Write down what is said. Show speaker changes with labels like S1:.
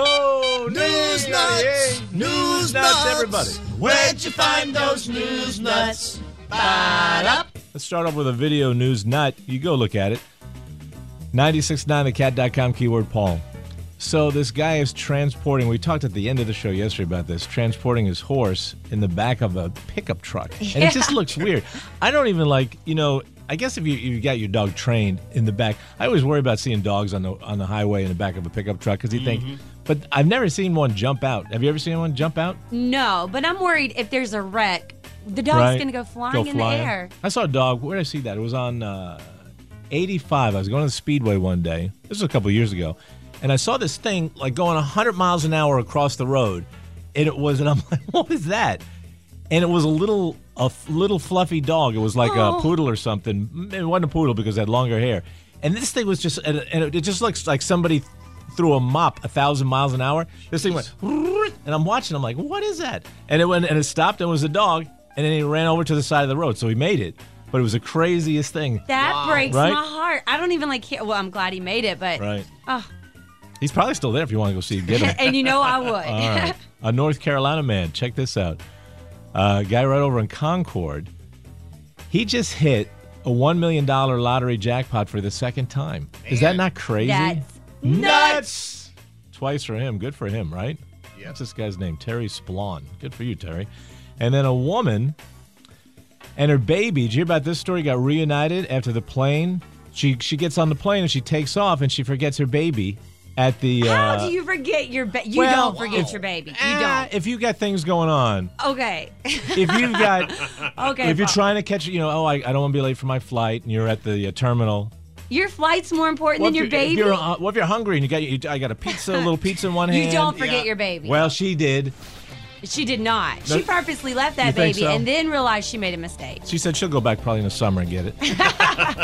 S1: Oh,
S2: News
S1: yay,
S2: nuts,
S1: yay.
S2: news nuts, Where'd you find those news nuts?
S1: Let's start off with a video news nut. You go look at it. 969thecat.com keyword Paul. So this guy is transporting, we talked at the end of the show yesterday about this, transporting his horse in the back of a pickup truck. And it just looks weird. I don't even like, you know, I guess if you you got your dog trained in the back, I always worry about seeing dogs on the on the highway in the back of a pickup truck because you
S2: Mm-hmm.
S1: think, but I've never seen one jump out. Have you ever seen one jump out?
S3: No, but I'm worried if there's a wreck, the dog's
S1: Right.
S3: gonna go flying in
S1: flying.
S3: the air.
S1: I saw a dog. Where did I see that? It was on uh, 85. I was going to the speedway one day. This was a couple years ago, and I saw this thing like going 100 miles an hour across the road, and it was, and I'm like, what is that? And it was a little a f- little fluffy dog. It was like a
S3: Oh.
S1: poodle or something. Mm, It wasn't a poodle because it had longer hair. And this thing was just, and and it it just looks like somebody threw a mop a thousand miles an hour. This thing went, and I'm watching. I'm like, what is that? And it went, and it stopped. And it was a dog, and then he ran over to the side of the road. So he made it, but it was the craziest thing.
S3: That breaks
S1: Right?
S3: my heart. I don't even like. Hear, well, I'm glad he made it, but
S1: Right.
S3: Oh.
S1: He's probably still there if you want to go see him. Get him.
S3: and you know I would.
S1: All right. A North Carolina man, check this out. A guy right over in Concord, he just hit a $1 million lottery jackpot for the second time. Is that not crazy?
S3: That's
S1: nuts! Twice for him. Good for him, right? Yeah. What's this guy's name? Terry Splawn. Good for you, Terry. And then a woman and her baby. Did you hear about this story? Got reunited after the plane. She she gets on the plane and she takes off and she forgets her baby at the.
S3: How
S1: uh,
S3: do you forget your baby? You
S1: well,
S3: don't forget
S1: if-
S3: your baby. You
S1: Ah, If you got things going on,
S3: don't. Okay.
S1: if you've got,
S3: okay.
S1: if you're
S3: Paul.
S1: trying to catch, you know, oh, I, I don't want to be late for my flight, and you're at the uh, terminal.
S3: your flight's more important
S1: Well,
S3: than
S1: if
S3: your
S1: you-
S3: baby.
S1: If you're, uh, well, if you're hungry and you got, you, I got a pizza, a little pizza in one hand.
S3: you don't forget your baby.
S1: Well, she did.
S3: she did not.
S1: No-
S3: she purposely left
S1: You
S3: that
S1: think
S3: baby
S1: so?
S3: and then realized she made a mistake.
S1: She said she'll go back probably in the summer and get it.